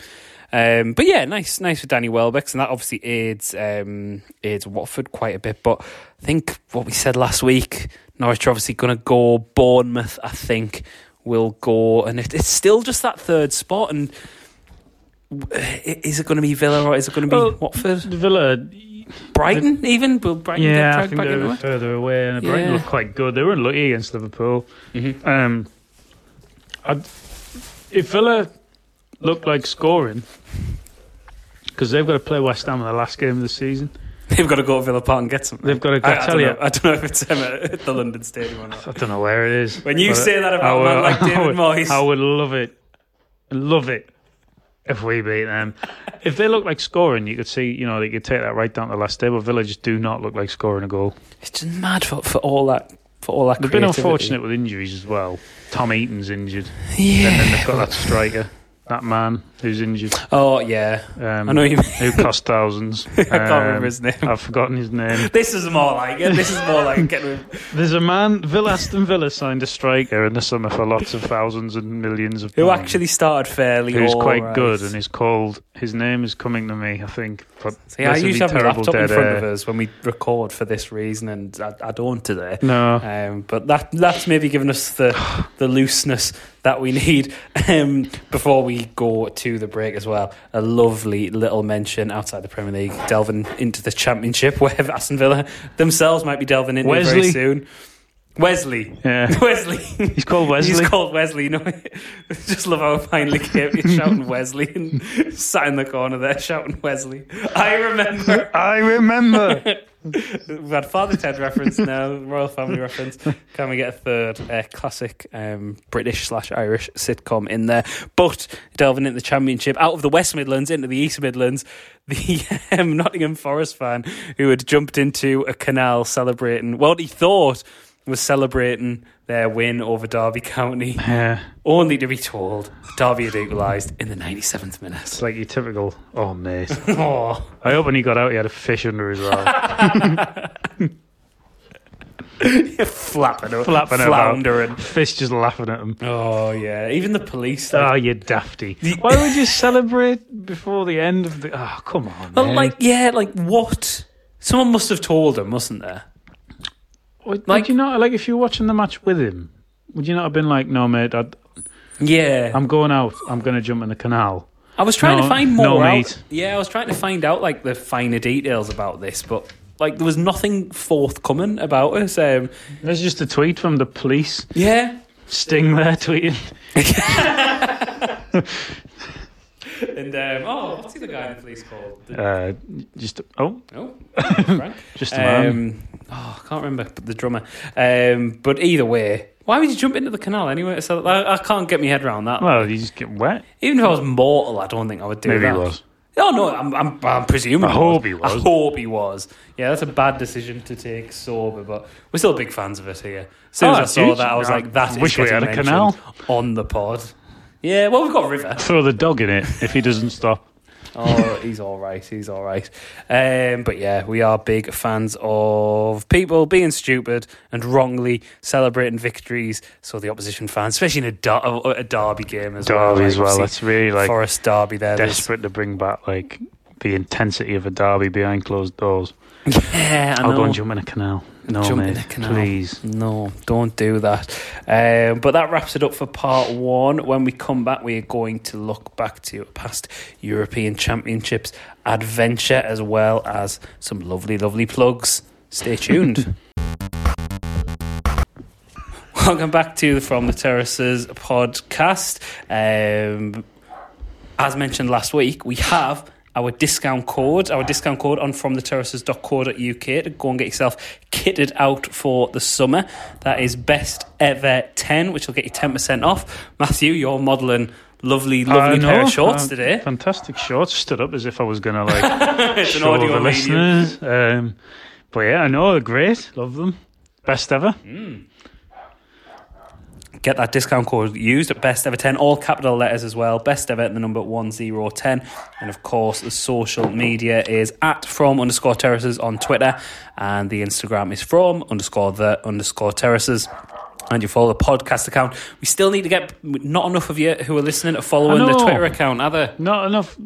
A: Um, but yeah, nice, nice for Danny Welbeck, and that obviously aids um, aids Watford quite a bit. But I think what we said last week, Norwich are obviously going to go. Bournemouth, I think, will go, and it, it's still just that third spot. And
C: I- Is it going to be Villa or is it going to be
B: Well,
C: Watford?
B: Villa,
C: Brighton, even? Will Brighton
B: yeah, I
C: get dragged
B: think
C: back
B: they
C: in
B: were
C: the way?
B: further away, and Brighton
C: Yeah.
B: looked quite good. They were unlucky against Liverpool.
C: Mhm.
B: Um, I'd, if Villa looked like scoring, because they've got to play West Ham in the last game of the season,
A: They've got to go to Villa Park and get something.
B: they've got to.
A: I,
B: I,
A: I
B: tell
A: don't
B: you,
A: know, I don't know if it's him at the London Stadium or not.
B: I don't know where it is.
A: When you
B: but
A: say that
B: I
A: about a man
B: would-
A: like
B: I
A: David
B: would-
A: Moyes,
B: I would love it, love it, if we beat them. if they look like scoring, you could see, you know, they could take that right down to the last day. But Villa just do not look like scoring a goal.
C: It's just mad for, for all that. For all that
B: They've been
C: creativity.
B: unfortunate with injuries as well. Tom Eaton's injured, and then
C: Yeah.
B: they've got that striker, that man who's injured,
C: Oh, yeah.
B: um,
C: I know you mean.
B: who cost thousands.
A: I can't
B: Um,
A: remember his name.
B: I've forgotten his name.
A: This is more like it. This is more like getting rid
B: There's a man, Villa Aston Villa signed a striker in the summer for lots of thousands and millions of
A: who
B: pounds.
A: actually started fairly.
B: who's
A: all
B: quite
A: right.
B: good and is called. His name is coming to me, I think. But
A: See, I
B: this would
A: usually
B: be
A: have my
B: terrible
A: laptop in
B: dead
A: front
B: air.
A: of us when we record for this reason, and I, I don't today.
B: No,
A: Um, but that that's maybe given us the the looseness that we need um, before we go to the break as well. A lovely little mention outside the Premier League, delving into the Championship, where Aston Villa themselves might be delving into very
B: Wesley.
A: soon. Wesley,
B: yeah,
A: Wesley.
B: he's called Wesley.
A: He's called Wesley. No, just love how I finally came to shouting Wesley and sat in the corner there shouting Wesley. I remember
B: I remember.
A: We've had Father Ted reference now, Royal Family reference. Can we get a third uh, classic um, British slash Irish sitcom in there? But delving into the championship, out of the West Midlands into the East Midlands, the um, Nottingham Forest fan who had jumped into a canal celebrating what he thought was celebrating their win over Derby County,
B: yeah,
A: only to be told Derby had equalised in the 97th minute.
B: it's like your typical. Oh mate,
A: Oh.
B: I hope when he got out, he had a fish under his arm.
A: Flapping, o-
B: Flapping about.
A: floundering.
B: fish just laughing at him.
A: Oh yeah, even the police. like,
B: Oh, you dafty! Why would you celebrate before the end of the? Oh, come on!
A: But
B: man.
A: like, yeah, like what? Someone must have told him, mustn't there?
B: would,
A: like-
B: would you not like if you were watching the match with him? Would you not have been like, no, mate, i
A: Yeah,
B: I'm going out. I'm going to jump in the canal.
A: I was trying
B: Um, no,
A: to find more
B: no,
A: out.
B: mate.
A: Yeah, I was trying to find out like the finer details about this, but like there was nothing forthcoming about us. Um,
B: There's just a tweet from the police.
A: yeah,
B: Sting there tweeting.
A: and um, oh, what's the guy in the police called? The-
B: Uh, just oh,
A: No, Frank.
B: just a man.
A: um, oh, I can't remember but the drummer. Um, but either way. Why would you jump into the canal anyway? So I, I can't get my head around that.
B: Well, you just get wet.
A: Even if I was mortal, I don't think I would do
B: Maybe
A: that.
B: he was.
A: Oh no, I'm, I'm, I'm presuming.
B: I
A: it
B: hope he
A: I
B: was.
A: hope he was. Yeah, that's a bad decision to take sober, but we're still big fans of it here. As soon
B: Oh,
A: as I
B: that's
A: saw
B: huge.
A: that, I was
B: I
A: like, "That is
B: wish we
A: getting
B: had a
A: mentioned
B: canal.
A: on the pod." Yeah, well, we've got River.
B: Throw the dog in it if he doesn't stop.
A: Oh, he's all right. He's all right. Um, but yeah, we are big fans of people being stupid and wrongly celebrating victories. So the opposition fans, especially in a, der- a derby game as well,
B: Derby as
A: like,
B: well.
A: see
B: That's really like
A: Forest derby there. there's-
B: desperate to bring back like the intensity of a derby behind closed doors.
A: Yeah, I
B: I'll go
A: know.
B: and jump in a canal. No,
A: Jump in
B: mate,
A: a canal.
B: please.
A: No, don't do that. Um, but that wraps it up for part one. When we come back, we are going to look back to a past European Championships adventure as well as some lovely, lovely plugs. Stay tuned. Welcome back to the From the Terraces podcast. Um, as mentioned last week, we have our discount code, our discount code on fromtheterraces.co.uk to go and get yourself kitted out for the summer. That is best ever 10, which will get you 10% off. Matthew, you're modelling lovely, lovely
B: I know,
A: pair of shorts
B: uh,
A: today.
B: Fantastic shorts. Stood up as if I was going to like
A: It's an
B: show
A: audio
B: the
A: medium.
B: listeners. Um, but yeah, I know. They're great. Love them. Best ever.
A: Mm-hmm. Get that discount code used at best ever 10, all capital letters as well. Best ever, the number 1010. And of course, the social media is at from underscore terraces on Twitter, and the Instagram is from underscore the underscore terraces. And you follow the podcast account. We still need to get not enough of you who are listening are following
B: I
A: the
B: know.
A: Twitter account, are there?
B: Not enough.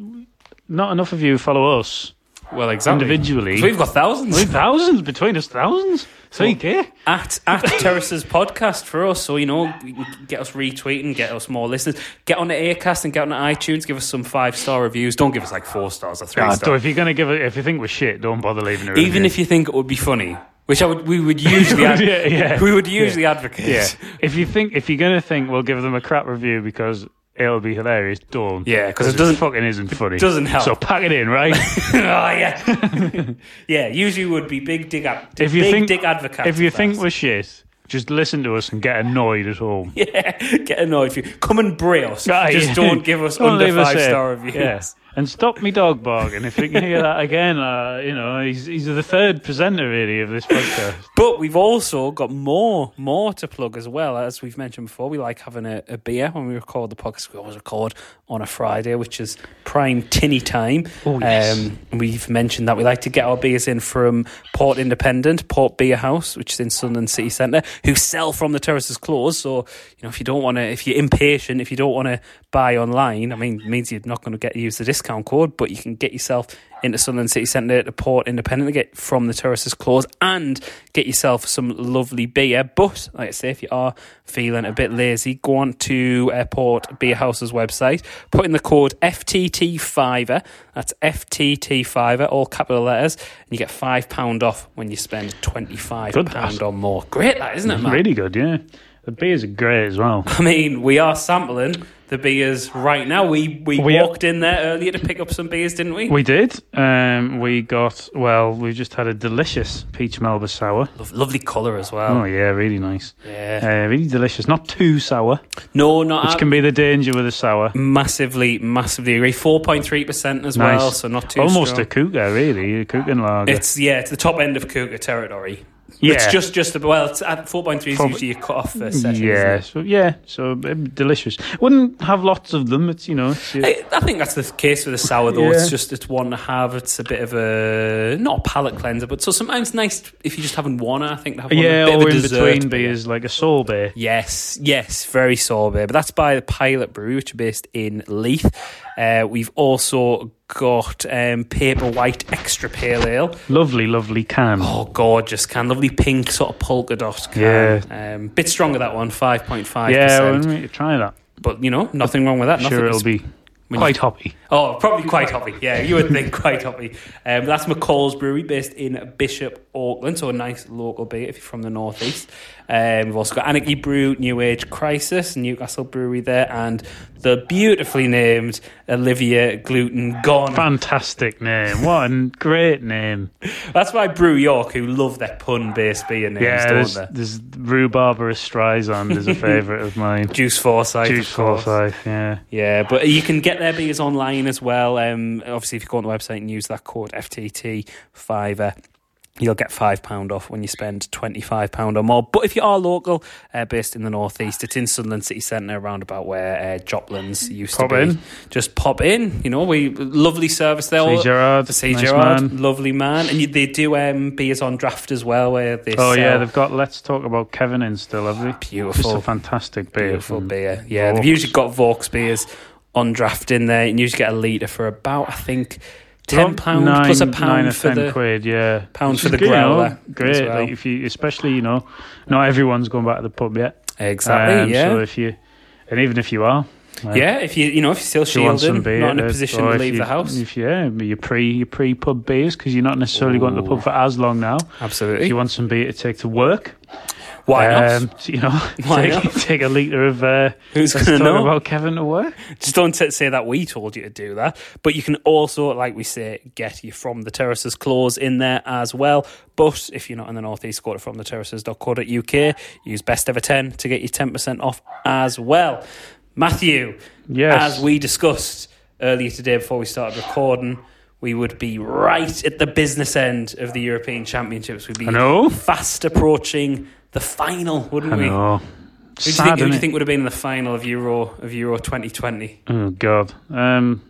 B: Not enough of you follow us.
C: Well, exactly.
B: Individually.
C: So we've got thousands.
B: Only thousands between us, thousands. Take care.
A: at at Terraces Podcast for us. So you know, you can get us retweeting, get us more listeners, get on the Aircast and get on the iTunes. Give us some five star reviews. Don't give us like four stars or three
B: Ah, so
A: stars.
B: if you're gonna give it, if you think we're shit, don't bother leaving it.
A: Even if you think it would be funny, which I would, we would usually, ad-
B: Yeah, yeah.
A: we would usually advocate.
B: yeah, if you think if you're gonna think we'll give them a crap review because it'll be hilarious, don't.
A: Yeah, 'cause it doesn't-
B: fucking isn't funny.
A: doesn't help.
B: So pack it in, right?
A: oh yeah, yeah. Usually would be big dig ad-
B: If you
A: big
B: think
A: dig advocate.
B: if you think
A: we
B: we're shit, just listen to us and get annoyed at home.
A: yeah, get annoyed if you come and bray us.
B: Right.
A: Just don't give us
B: Ah, Don't
A: under
B: leave us
A: five
B: here.
A: star reviews.
B: Yeah. And stop me dog barking. If you can hear that again, uh, you know, he's, he's the third presenter, really, of this podcast.
A: But we've also got more more to plug as well. As we've mentioned before, we like having a, a beer when we record the podcast. We always record on a Friday, which is prime tinny time.
B: Oh, yes.
A: um, we've mentioned that we like to get our beers in from Port Independent, Port Beer House, which is in Sunderland City Centre, who sell from the terraces closed. So you know, if you don't want to, if you're impatient, if you don't want to buy online, I mean, it means you're not going to get use the discount code, but you can get yourself into Sunderland City Centre to Port Independent to get from the terraces closed and get yourself some lovely beer. But like I say, if you are feeling a bit lazy, go on to uh, Port Beer House's website, put in the code FTT5er. That's FTT5er, all capital letters, and you get five pound off when you spend twenty five
B: Good,
A: pound or more. Great, that isn't it, man?
B: really good, yeah. The beers are great as well.
A: I mean, we are sampling the beers right now. We we,
B: We are-
A: walked in there earlier to pick up some beers, didn't we?
B: We did. Um, we got, well, we just had a delicious peach melba sour.
A: Lo- lovely colour as well.
B: Oh, yeah, really nice.
A: Yeah. Uh,
B: Uh, really delicious. Not too sour,
A: No, not
B: which
A: out-
B: can be the danger with a sour.
A: massively, massively agree. Four point three percent as
B: Nice.
A: well, so not too
B: Almost
A: strong.
B: a cougar, really. A cougar lager.
A: It's yeah, it's the top end of Cougar territory.
B: yeah.
A: It's just just the well, it's at four point three is
B: Prob-
A: usually your cut off first session. isn't
B: yeah,
A: it?
B: so yeah, so um, delicious. Wouldn't have lots of them. It's you know, it's, uh,
A: I I think that's the case with the sour though.
B: Yeah.
A: It's just it's one to have. It's a bit of a not a palate cleanser, but so sometimes nice if you just haven't one. I think to have one,
B: yeah,
A: a bit of
B: or
A: a
B: in
A: dessert.
B: between beers like a sorbet.
A: Yes, yes, very sorbet. But that's by the Pilot Brew, which are based in Leith. Uh, we've also got um, Paper White Extra Pale Ale.
B: Lovely, lovely can.
A: Oh, gorgeous can. Lovely pink sort of polka dot can. Yeah. Um, bit stronger, that one, 5.5%.
B: yeah, well, let me try that.
A: But, you know, nothing wrong with that. Nothing
B: sure, it'll
A: is-
B: be
A: when you-
B: quite hoppy.
A: Oh, probably quite hoppy. Yeah, you would think quite hoppy. Um, that's McCall's Brewery, based in Bishop Auckland, so a nice local beer if you're from the northeast. Um, we've also got Anarchy Brew, New Age Crisis, Newcastle Brewery there, and the beautifully named Olivia Gluten Gone.
B: Fantastic name. What a great name.
A: That's by Brew York, who love their pun-based beer names,
B: yeah,
A: don't
B: there's,
A: they?
B: there's Rhubarba Streisand is a favourite of mine.
A: Juice Forsyth,
B: Juice
A: of course.
B: Forsyth, yeah.
A: Yeah, but you can get their beers online as well. Um, obviously, if you go on the website and use that code FTT Fiverr, you'll get five pound off when you spend twenty five pound or more. But if you are local, uh, based in the northeast, it's in Sunderland City Centre, around about where uh, Joplin's used
B: Pop
A: to be.
B: in.
A: Just pop in. You know, we lovely service there.
B: See Gerard.
A: To see
B: nice
A: Oh, Gerard,
B: man.
A: lovely man, and you, they do um, beers on draft as well, where they
B: Oh,
A: sell Ah,
B: yeah, they've got Let's Talk About Kevin in still, have they? Just a
A: beautiful
B: fantastic beer.
A: Beautiful
B: from-
A: beer. Yeah,
B: Vaux.
A: they've usually got Vaux beers on draft in there. and You usually get a litre for about, I think, ten pound
B: Nine-
A: plus a
B: nine
A: pound
B: or
A: for
B: 10
A: the.
B: quid, yeah.
A: pound
B: Which
A: for
B: is
A: the
B: good, you know,
A: growler as
B: great,
A: well.
B: like if you, especially you know, not everyone's going back to the pub yet.
A: Exactly.
B: Um,
A: yeah.
B: So if you, and even if you are, like,
A: yeah. If you you know if you're still
B: if you want some
A: shielding,
B: beer,
A: not in a
B: uh,
A: position
B: or
A: to
B: if
A: leave
B: you-
A: the house.
B: If you, yeah, your pre your pre pub beers because you're not necessarily going to the pub for as long now. If
A: Absolutely.
B: you want some beer to take to work,
A: Why not?
B: um, so, you know,
A: Why
B: take,
A: not?
B: take a liter of. Uh,
A: Who's
B: let's
A: gonna
B: talk
A: know?
B: about Kevin to work?
A: Just don't t- say that we told you to do that. But you can also, like we say, get you from the terraces clause in there as well. But if you're not in the northeast, go to from the terraces.co.uk. Use best ever ten to get you ten percent off as well. Matthew,
B: Yes.
A: as we discussed earlier today before we started recording, we would be right at the business end of the European Championships. We'd be
B: I know.
A: fast approaching the final, wouldn't
B: I
A: we? Who
B: know.
A: do you
B: Sad,
A: think, who do you
B: innit?
A: think would have been in the final of Euro of Euro 2020?
B: Oh God. Um,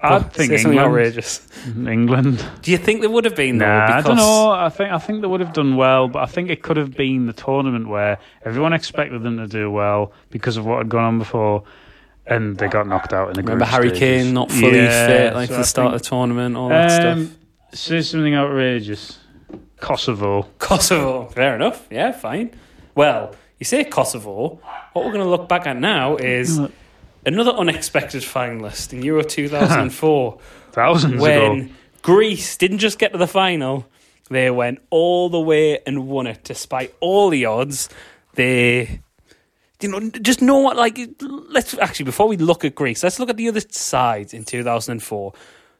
B: I
A: Well,
B: think
A: say something
B: England.
A: outrageous.
B: England.
A: Do you think there would have been though?
B: Nah, I
A: because
B: don't know. I think I think they would have done well, but I think it could have been the tournament where everyone expected them to do well because of what had gone on before, and they got knocked out in the
C: Remember
B: group
C: Harry
B: stages.
C: Kane not fully
B: Yeah,
C: fit, like
B: so
C: the
B: I
C: start
B: think-
C: of the tournament, all that
B: Um,
C: stuff.
B: Say something outrageous. Kosovo.
A: Kosovo. Fair enough. Yeah, fine. Well, you say Kosovo. What we're going to look back at now is another unexpected finalist in Euro 2004
B: Thousands ago.
A: when Greece didn't just get to the final, they went all the way and won it despite all the odds. They. You know, just know what, like, let's actually, before we look at Greece, let's look at the other sides in 2004.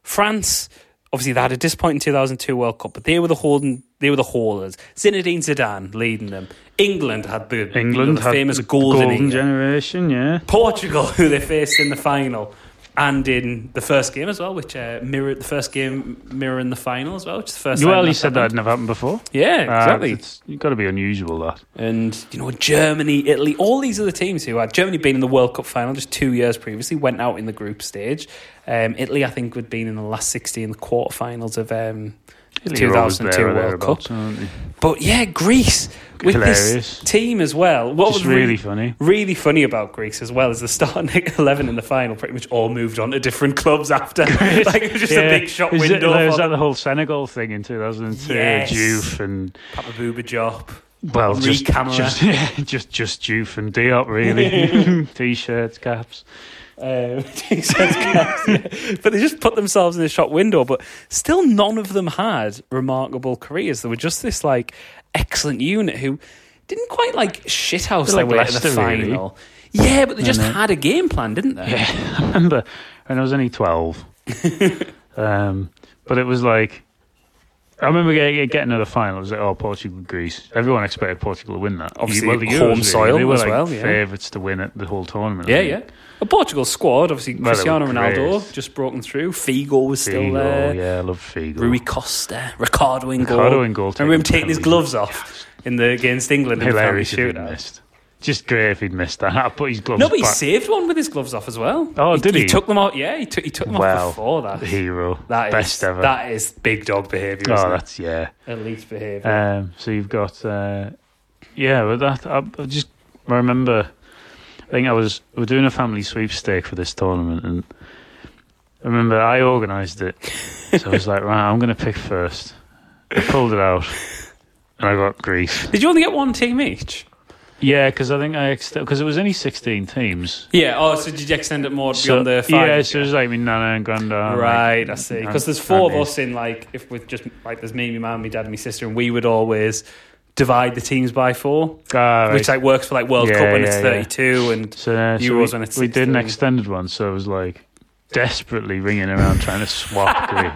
A: France, obviously, they had a disappointing 2002 World Cup, but they were the holding, they were the haulers. Zinedine Zidane leading them. England had the, you know,
B: England
A: the
B: had
A: famous
B: the
A: golden, era.
B: generation, yeah.
A: Portugal, who they faced in the final and in the first game as well, which uh, mirrored the first game, mirroring the final as well, which is the first.
B: well,
A: time
B: you
A: that's
B: said that had
A: happened.
B: never happened before.
A: Yeah, exactly.
B: Uh, it's got to be unusual, that.
A: and you know, Germany, Italy, all these are the teams who had Germany been in the World Cup final just two years previously, went out in the group stage. Um, Italy, I think, had been in the last sixty in the quarterfinals of um,
B: Italy were
A: 2002
B: always there or
A: World Cup.
B: thereabouts, weren't they?
A: But yeah, Greece with
B: Hilarious.
A: this team as well. What
B: Just
A: was re-
B: really funny.
A: Really funny about Greece as well is the starting eleven in the final pretty much all moved on to different clubs after. like it was just a
B: Yeah.
A: big shot
B: Is it-
A: window.
B: there was
A: for
B: that the whole Senegal thing in 2002?
A: Yes.
B: Juve and
A: Papa Booba Jop.
B: well, just
A: Re-camera.
B: just, yeah, just just Juve and Diop really. T-shirts, caps.
A: Um, Jesus Christ, yeah. But they just put themselves in the shop window. But still, none of them had remarkable careers. They were just this like excellent unit who didn't quite like shithouse
B: They're
A: their
B: like
A: way to
B: Leicester,
A: the
B: really.
A: final. Yeah, but they just
B: know.
A: had a game plan, didn't they?
B: Yeah, I remember when I was only 12. um, but it was like, I remember getting, getting to the final. It was like, oh, Portugal, Greece. Everyone expected Portugal to win that.
A: Obviously,
B: the
A: home soil
B: They were
A: as
B: like
A: well, yeah.
B: favourites to win it the whole tournament. I
A: Yeah,
B: think.
A: yeah. A Portugal squad, obviously
B: Well, they were
A: Cristiano Ronaldo
B: great.
A: just broken through. Figo was still
B: Figo,
A: there.
B: yeah, I love Figo.
A: Rui Costa, Ricardo in goal.
B: Ricardo in goal,
A: I remember him
B: taking
A: taking his
B: penalty.
A: gloves off in the against England in the penalty
B: Hilarious if he'd
A: shootout.
B: missed. Just great if he'd missed that. I put his gloves
A: No, but he
B: back.
A: saved one with his gloves off as well.
B: Oh,
A: he,
B: did he?
A: took them off. Yeah, he took he took them
B: Wow.
A: off before that.
B: Hero.
A: That is
B: Best ever.
A: That is big dog behaviour.
B: oh,
A: isn't it?
B: that's, yeah.
A: elite behaviour.
B: Um, so you've got, uh, yeah, but that I, I just I remember. I think I was we were doing a family sweepstake for this tournament, and I remember I organised it. so I was like, right, I'm going to pick first. I pulled it out, and I got grief.
A: Did you only get one team each?
B: Yeah, because I think I because it was only 16 teams.
A: Yeah. Oh, so did you extend it more
B: So-
A: beyond the five?
B: yeah, so it was like my nana and granddad.
A: Right, I
B: like,
A: see.
B: and-
A: Because there's four of
B: and
A: us in like if with just like there's me, my mum, my dad, and my sister, and we would always divide the teams by four,
B: his- Ah, right.
A: which like works for like World
B: Yeah,
A: Cup when it's
B: yeah, yeah.
A: 32 and
B: So, uh, so
A: Euros
B: we,
A: when it's
B: we did an
A: 16.
B: extended one, so it was like desperately ringing around trying to swap. Greece.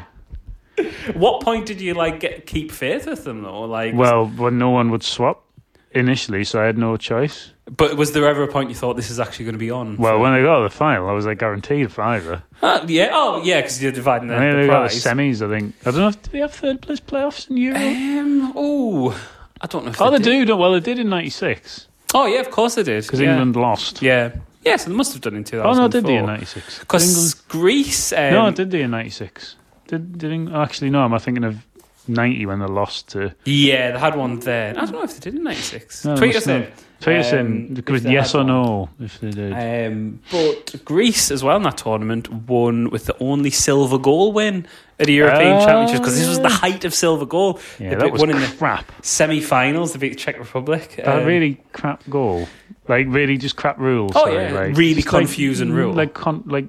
A: What point did you like get keep faith with them though? Like,
B: Well, when no one would swap initially, so I had no choice.
A: but was there ever a point you thought this is actually going to be on?
B: Well, when I got to the final, I was like guaranteed fiver.
A: Uh, yeah. Oh, yeah. Because you're dividing the,
B: And then
A: the
B: they got the
A: prize.
B: semis. I think I don't know. If, do we have third place playoffs in Euro?
A: um. Oh, I don't know. If
B: Oh, they
A: did.
B: do. no, Well, they did in '96
A: Oh, yeah. Of course they did.
B: because
A: yeah.
B: England lost.
A: Yeah. Yeah. So they must have done in two
B: Oh
A: thousand.
B: no, did they in '96?
A: Because Greece. Um,
B: No, did they in '96? Did did Eng- actually? No, am I thinking of '90 when they lost to?
A: Yeah, they had one then. I don't know if they did in '96.
B: No, they
A: Tweet us
B: must not.
A: in.
B: Tweet us
A: Um,
B: in.
A: if
B: With
A: they
B: yes
A: had
B: or
A: one.
B: no, if they did.
A: Um, but Greece, as well, in that tournament, won with the only silver goal win at the European
B: Oh,
A: Championships because this was the
B: yeah.
A: height of silver goal.
B: yeah,
A: they
B: that
A: beat-
B: was
A: won in the
B: crap.
A: semi-finals. They beat the Czech Republic.
B: That
A: Um,
B: really crap goal. Like really just crap rules.
A: Oh,
B: sorry,
A: yeah.
B: like,
A: Really
B: just like-
A: confusing rule.
B: Like con- like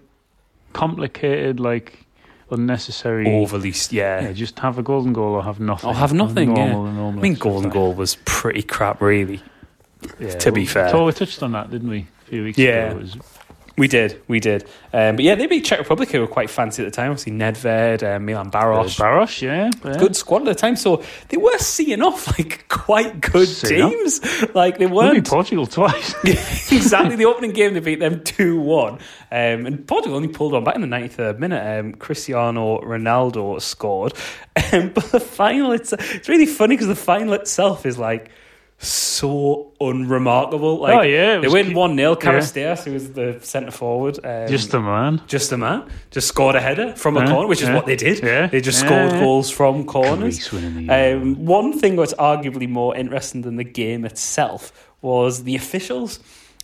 B: complicated, like unnecessary.
A: overly. Yeah.
B: Yeah, just have a golden goal or have nothing.
A: Or have nothing, yeah.
B: Normal, normal
A: I mean,
B: stuff
A: golden
B: like-
A: goal was pretty crap, really.
B: Yeah,
A: to be
B: we-
A: fair.
B: so we touched on that, didn't we? A few weeks
A: Yeah.
B: ago. It was-
A: We did, we did. Um, but yeah, they beat Czech Republic, who were quite fancy at the time. Obviously, Nedved, uh, Milan Baros.
B: Uh, Baros, yeah. yeah.
A: Good squad at the time, so they were seeing off like quite good
B: Seeing off.
A: teams. Like they
B: We
A: weren't
B: beat Portugal twice.
A: exactly the opening game they beat them 2 1 um, and portugal only pulled on back in the 93rd minute um, cristiano ronaldo scored um, but the final it's, it's really funny because the final itself is like so unremarkable like
B: Oh, yeah, it
A: they
B: was
A: win
B: cute.
A: 1-0 Caristeas, who was the centre forward um,
B: just a man.
A: just a man just scored a header from a
B: Yeah,
A: corner which is
B: yeah,
A: what they did
B: yeah,
A: they just
B: yeah,
A: scored
B: yeah.
A: goals from corners
B: Greece winning the Euro.
A: um, one thing that's arguably more interesting than the game itself was the officials.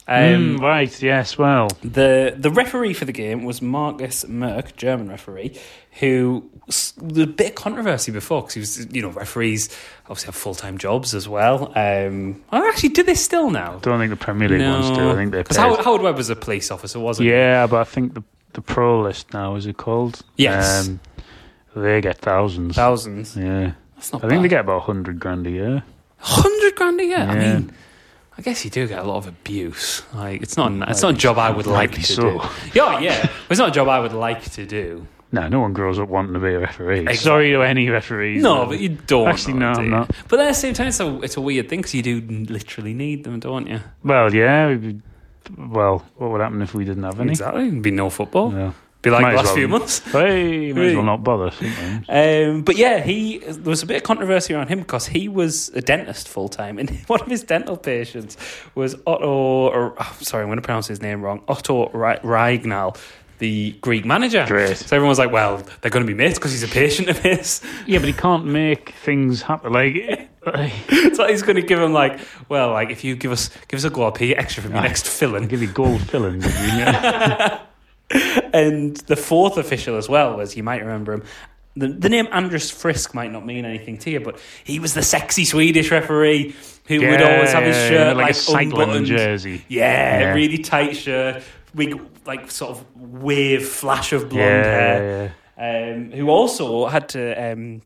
A: Um,
B: Mm, right, yes, well.
A: The the referee for the game was Marcus Merck, German referee, who s- there was a bit of controversy before because he was you know referees obviously have full time jobs as well. Um, well, actually, do they still now?
B: don't think the Premier League wants to. I think they're
A: because
B: paid.
A: Howard, Howard Webb was a police officer, wasn't he?
B: Yeah, but I think the the pro list now is it called? Um,
A: Yes.
B: they get thousands.
A: thousands.
B: yeah,
A: That's not.
B: I think they
A: bad.
B: get about hundred grand a year.
A: hundred grand a year. I
B: Yeah.
A: mean, I guess you do get a lot of abuse. Like it's not it's not a job I would like
B: Rightly
A: to
B: so.
A: do. Yeah, yeah, it's not a job I would like to do.
B: No, no one grows up wanting to be a referee.
A: Exactly.
B: Sorry to any referees.
A: No, but you don't.
B: Actually, no,
A: do
B: I'm
A: you?
B: not.
A: But at the same time, it's a, it's a weird thing because you do literally need them, don't you?
B: well, yeah. we'd be- Well, what would happen if we didn't have any?
A: Exactly. There'd be no football.
B: No.
A: Be like
B: Might
A: the
B: as
A: last
B: well.
A: few months.
B: Hey, may as
A: Really?
B: well not bother. shouldn't we?
A: Um, but yeah, he there was a bit of controversy around him because he was a dentist full time, and one of his dental patients was Otto. Or, oh, sorry, I'm going to pronounce his name wrong. Otto Ra- Ragnall, the Greek manager.
B: Great.
A: So everyone was like, "Well, they're going to be mates because he's a patient of his."
B: yeah, but he can't make things happen. Like,
A: so he's going to give him like, "Well, like if you give us give us a go up here, extra from your
B: Aye.
A: next filling."
B: give you gold fillings. yeah.
A: And the fourth official as well was you might remember him. The, the name Andrus Frisk might not mean anything to you, but he was the sexy Swedish referee who would always have his
B: Yeah,
A: shirt
B: like,
A: like,
B: a cycling
A: unbuttoned.
B: jersey.
A: Yeah,
B: Yeah.
A: really tight shirt, big like sort of wave flash of blonde
B: Yeah,
A: hair.
B: yeah.
A: Um, who also had to, um,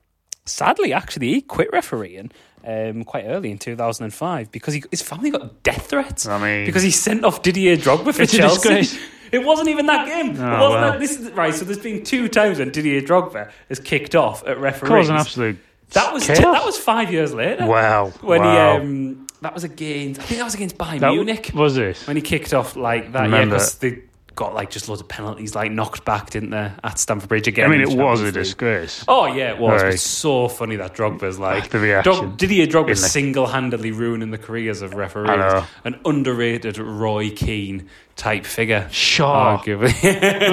A: sadly, actually, he quit refereeing um, quite early in 2005 because he, his family got death threats.
B: I mean-
A: because he sent off Didier Drogba for
B: It's a disgrace.
A: Chelsea. It wasn't even that game. it
B: Oh,
A: wasn't
B: well.
A: that, this is, right, so there's been two times when Didier Drogba has kicked off at referees.
B: Cause an absolute.
A: that was
B: chaos.
A: that was five years later.
B: Wow.
A: When
B: wow.
A: he um, that was against I think that was against Bayern
B: That-
A: Munich
B: Was this?
A: when he kicked off like that. Yeah,
B: Remember.
A: because they got like just loads of penalties, like knocked back, didn't they, at Stamford Bridge again?
B: I mean,
A: in the
B: it was
A: Champions
B: a
A: League.
B: disgrace.
A: Oh yeah, it was. But
B: Right. Ah,
A: It's so funny that Drogba's like
B: The reaction.
A: Drog- Didier Drogba
B: In the-
A: single-handedly ruining the careers of
B: I know.
A: referees. An underrated Roy Keane type figure.
B: Sure.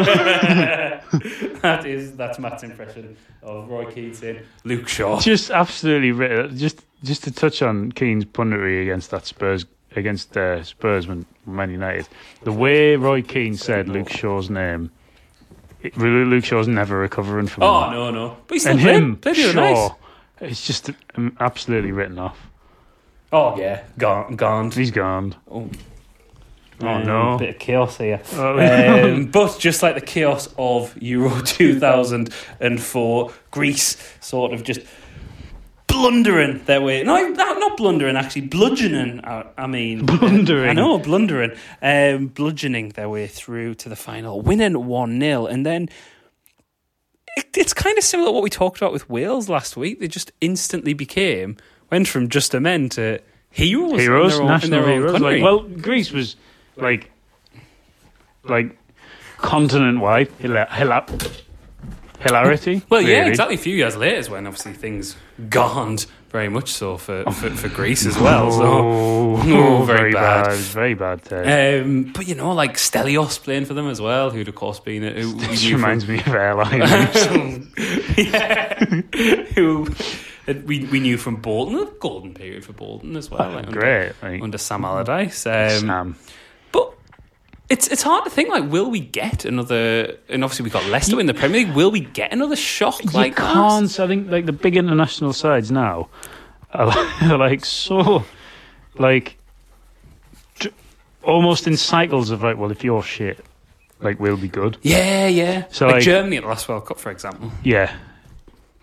A: Arguably. that is that's Matt's impression of Roy Keane saying Luke Shaw.
B: Just absolutely. ri- Just just to touch on Keane's punditry against that Spurs against uh, Spurs and Man United. The way Roy Keane said Luke Shaw's name, it, Luke Shaw's never recovering from
A: Oh
B: that.
A: no no, but he's still
B: And
A: played-
B: him,
A: played really
B: Shaw,
A: nice.
B: it's just um, absolutely written off.
A: Oh yeah, gone gone.
B: He's gone.
A: Oh.
B: Oh,
A: Um,
B: no.
A: Bit of chaos here.
B: Oh,
A: Um, but just like the chaos of Euro 2004, Greece sort of just blundering their way. No, not, not blundering, actually, bludgeoning. I, I mean,
B: Blundering.
A: I know, blundering. Um, bludgeoning their way through to the final, winning 1 0. And then it, it's kind of similar to what we talked about with Wales last week. They just instantly became, went from just a men to. Heroes,
B: heroes,
A: in their own, in
B: national
A: their own
B: heroes. like-
A: country.
B: well, Greece was like, like continent wide hila- hila- hilarity.
A: Well, yeah,
B: really.
A: exactly. A few years later is when obviously things garned very much so for, for, for Greece as well. So.
B: Oh,
A: Oh, very
B: very,
A: bad.
B: bad. Very bad. uh, Ted.
A: Um, but you know, like Stelios playing for them as well, who'd of course been a, who, who
B: this
A: knew from-
B: reminds me of airline.
A: yeah, who and we, we knew from Bolton, a golden period for Bolton as well, like under,
B: Great. Like,
A: under Sam Allardyce. Um,
B: Sam.
A: But it's it's hard to think like, will we get another? And obviously, we got Leicester in the Premier League. Will we get another shock
B: Like,
A: like
B: you
A: that?
B: can't. I think like the big international sides now are like, are, like so, like dr- almost in cycles of like, well, if you're shit, like we'll be good.
A: Yeah, yeah.
B: So,
A: like,
B: like-
A: Germany at the last World Cup, for example.
B: Yeah.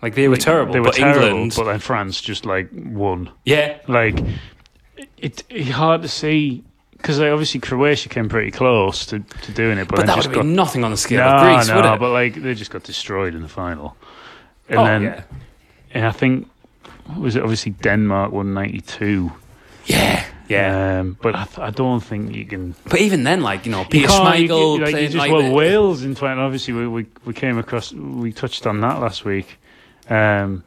A: Like they were terrible,
B: They were
A: but
B: terrible,
A: England,
B: but then France just like won.
A: yeah,
B: Like it, it, it's hard to see because like, obviously Croatia came pretty close to, to doing it, but,
A: but
B: then
A: that
B: just
A: would be
B: got
A: nothing on the scale
B: no,
A: of Greece,
B: no,
A: would it?
B: but like they just got destroyed in the final, and
A: oh,
B: then
A: yeah,
B: and I think what was it obviously Denmark won ninety two.
A: yeah, yeah.
B: Um, but I, th- I don't think you can.
A: but even then, like you know,
B: You
A: Peter
B: can't-
A: Schmeichel
B: you- you- like, you
A: played
B: just-
A: like
B: well,
A: the-
B: Wales in twenty. Obviously, we, we we came across. We touched on that last week, um,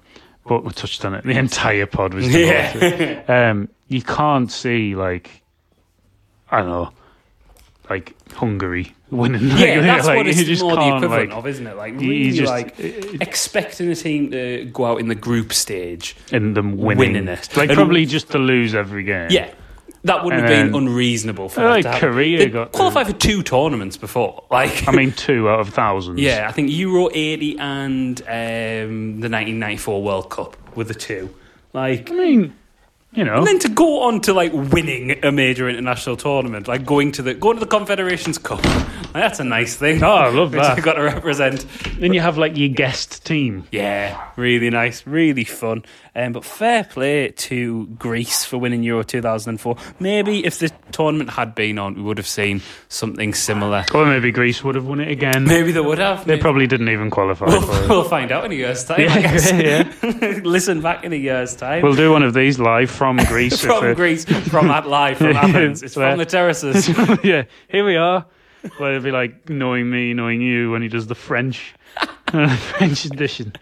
B: but we touched on it. The entire pod was. devoted
A: yeah,
B: um, you can't see like I don't know, like Hungary winning. Like,
A: yeah. That's
B: like,
A: what it's
B: you just
A: more the
B: can't,
A: equivalent
B: like,
A: of, isn't it? Like
B: you-
A: really,
B: you just
A: like
B: it-
A: expecting a team to go out in the group stage.
B: and them winning,
A: winning it.
B: Like
A: And-
B: probably just to lose every game.
A: Yeah, that wouldn't
B: And
A: have been
B: then-
A: unreasonable for
B: I
A: that
B: think
A: to happen.
B: Korea
A: They
B: got-
A: qualified for two tournaments before. Like,
B: I mean, two out of thousands.
A: yeah, I think Euro eighty and um, the nineteen ninety four World Cup were the two. Like,
B: I mean, you know,
A: and then to go on to like winning a major international tournament, like going to the going to the Confederations Cup, like, that's a nice thing.
B: Oh, I love that.
A: You've got to represent.
B: then you have like your guest team.
A: Yeah, really nice, really fun. Um, but fair play to Greece for winning Euro 2004. Maybe if the tournament had been on, we would have seen something similar.
B: Or maybe Greece would have won it again.
A: Maybe they would have.
B: They probably didn't even qualify for it.
A: We'll find out in a year's time. I
B: Yeah,
A: guess.
B: yeah.
A: Listen back in a year's time.
B: We'll do one of these live from Greece. if
A: from
B: it-
A: Greece, from that live, from Athens. It's
B: Fair.
A: from the terraces.
B: yeah, here we are. Where it'll be like knowing me, knowing you when he does the French. uh, French edition.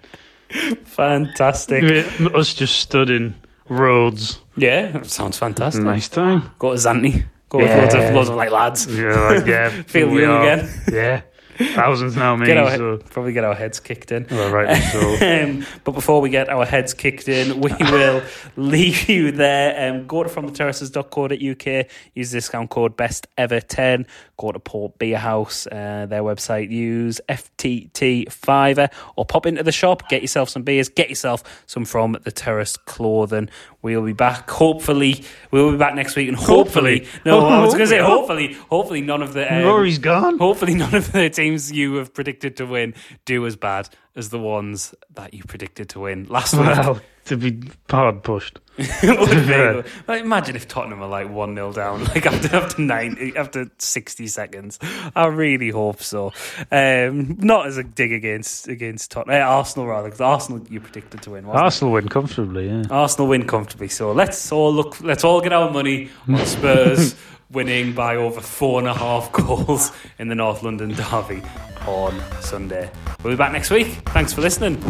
A: Fantastic.
B: Us just stood in Rhodes.
A: Yeah, sounds fantastic.
B: Nice time.
A: Go to Zante. Go with
B: Mm. Yeah.
A: loads of loads of like lads.
B: Yeah, like, yeah.
A: Feel
B: we
A: young
B: are.
A: again.
B: Yeah. Thousands now, me.
A: Get our
B: so.
A: probably get our heads kicked in.
B: Well, rightly so.
A: Um, but before we get our heads kicked in, we will leave you there. Um, go to fromtheterraces.co.uk, use the discount code BESTEVER10, go to Port Beer House, uh, their website, use FTT Fiver, or pop into the shop, get yourself some beers, get yourself some From the Terrace clothing. We'll be back, hopefully, we'll be back next week, and hopefully,
B: Hopefully.
A: no, I was going to say
B: Hopefully.
A: hopefully, hopefully none of the... um,
B: Rory's gone.
A: Hopefully, none of the teams you have predicted to win do as bad as the ones that you predicted to win last week.
B: Well, to be hard pushed.
A: Would be-
B: Yeah.
A: like, imagine if Tottenham are like one 0 down, like after after ninety, after sixty seconds. I really hope so. Um, not as a dig against against Tottenham, eh, Arsenal rather, because Arsenal you predicted to win. Wasn't it?
B: Arsenal win comfortably, yeah.
A: Arsenal win comfortably. So let's all look. Let's all get our money on Spurs winning by over four and a half goals in the North London derby on Sunday. We'll be back next week. Thanks for listening.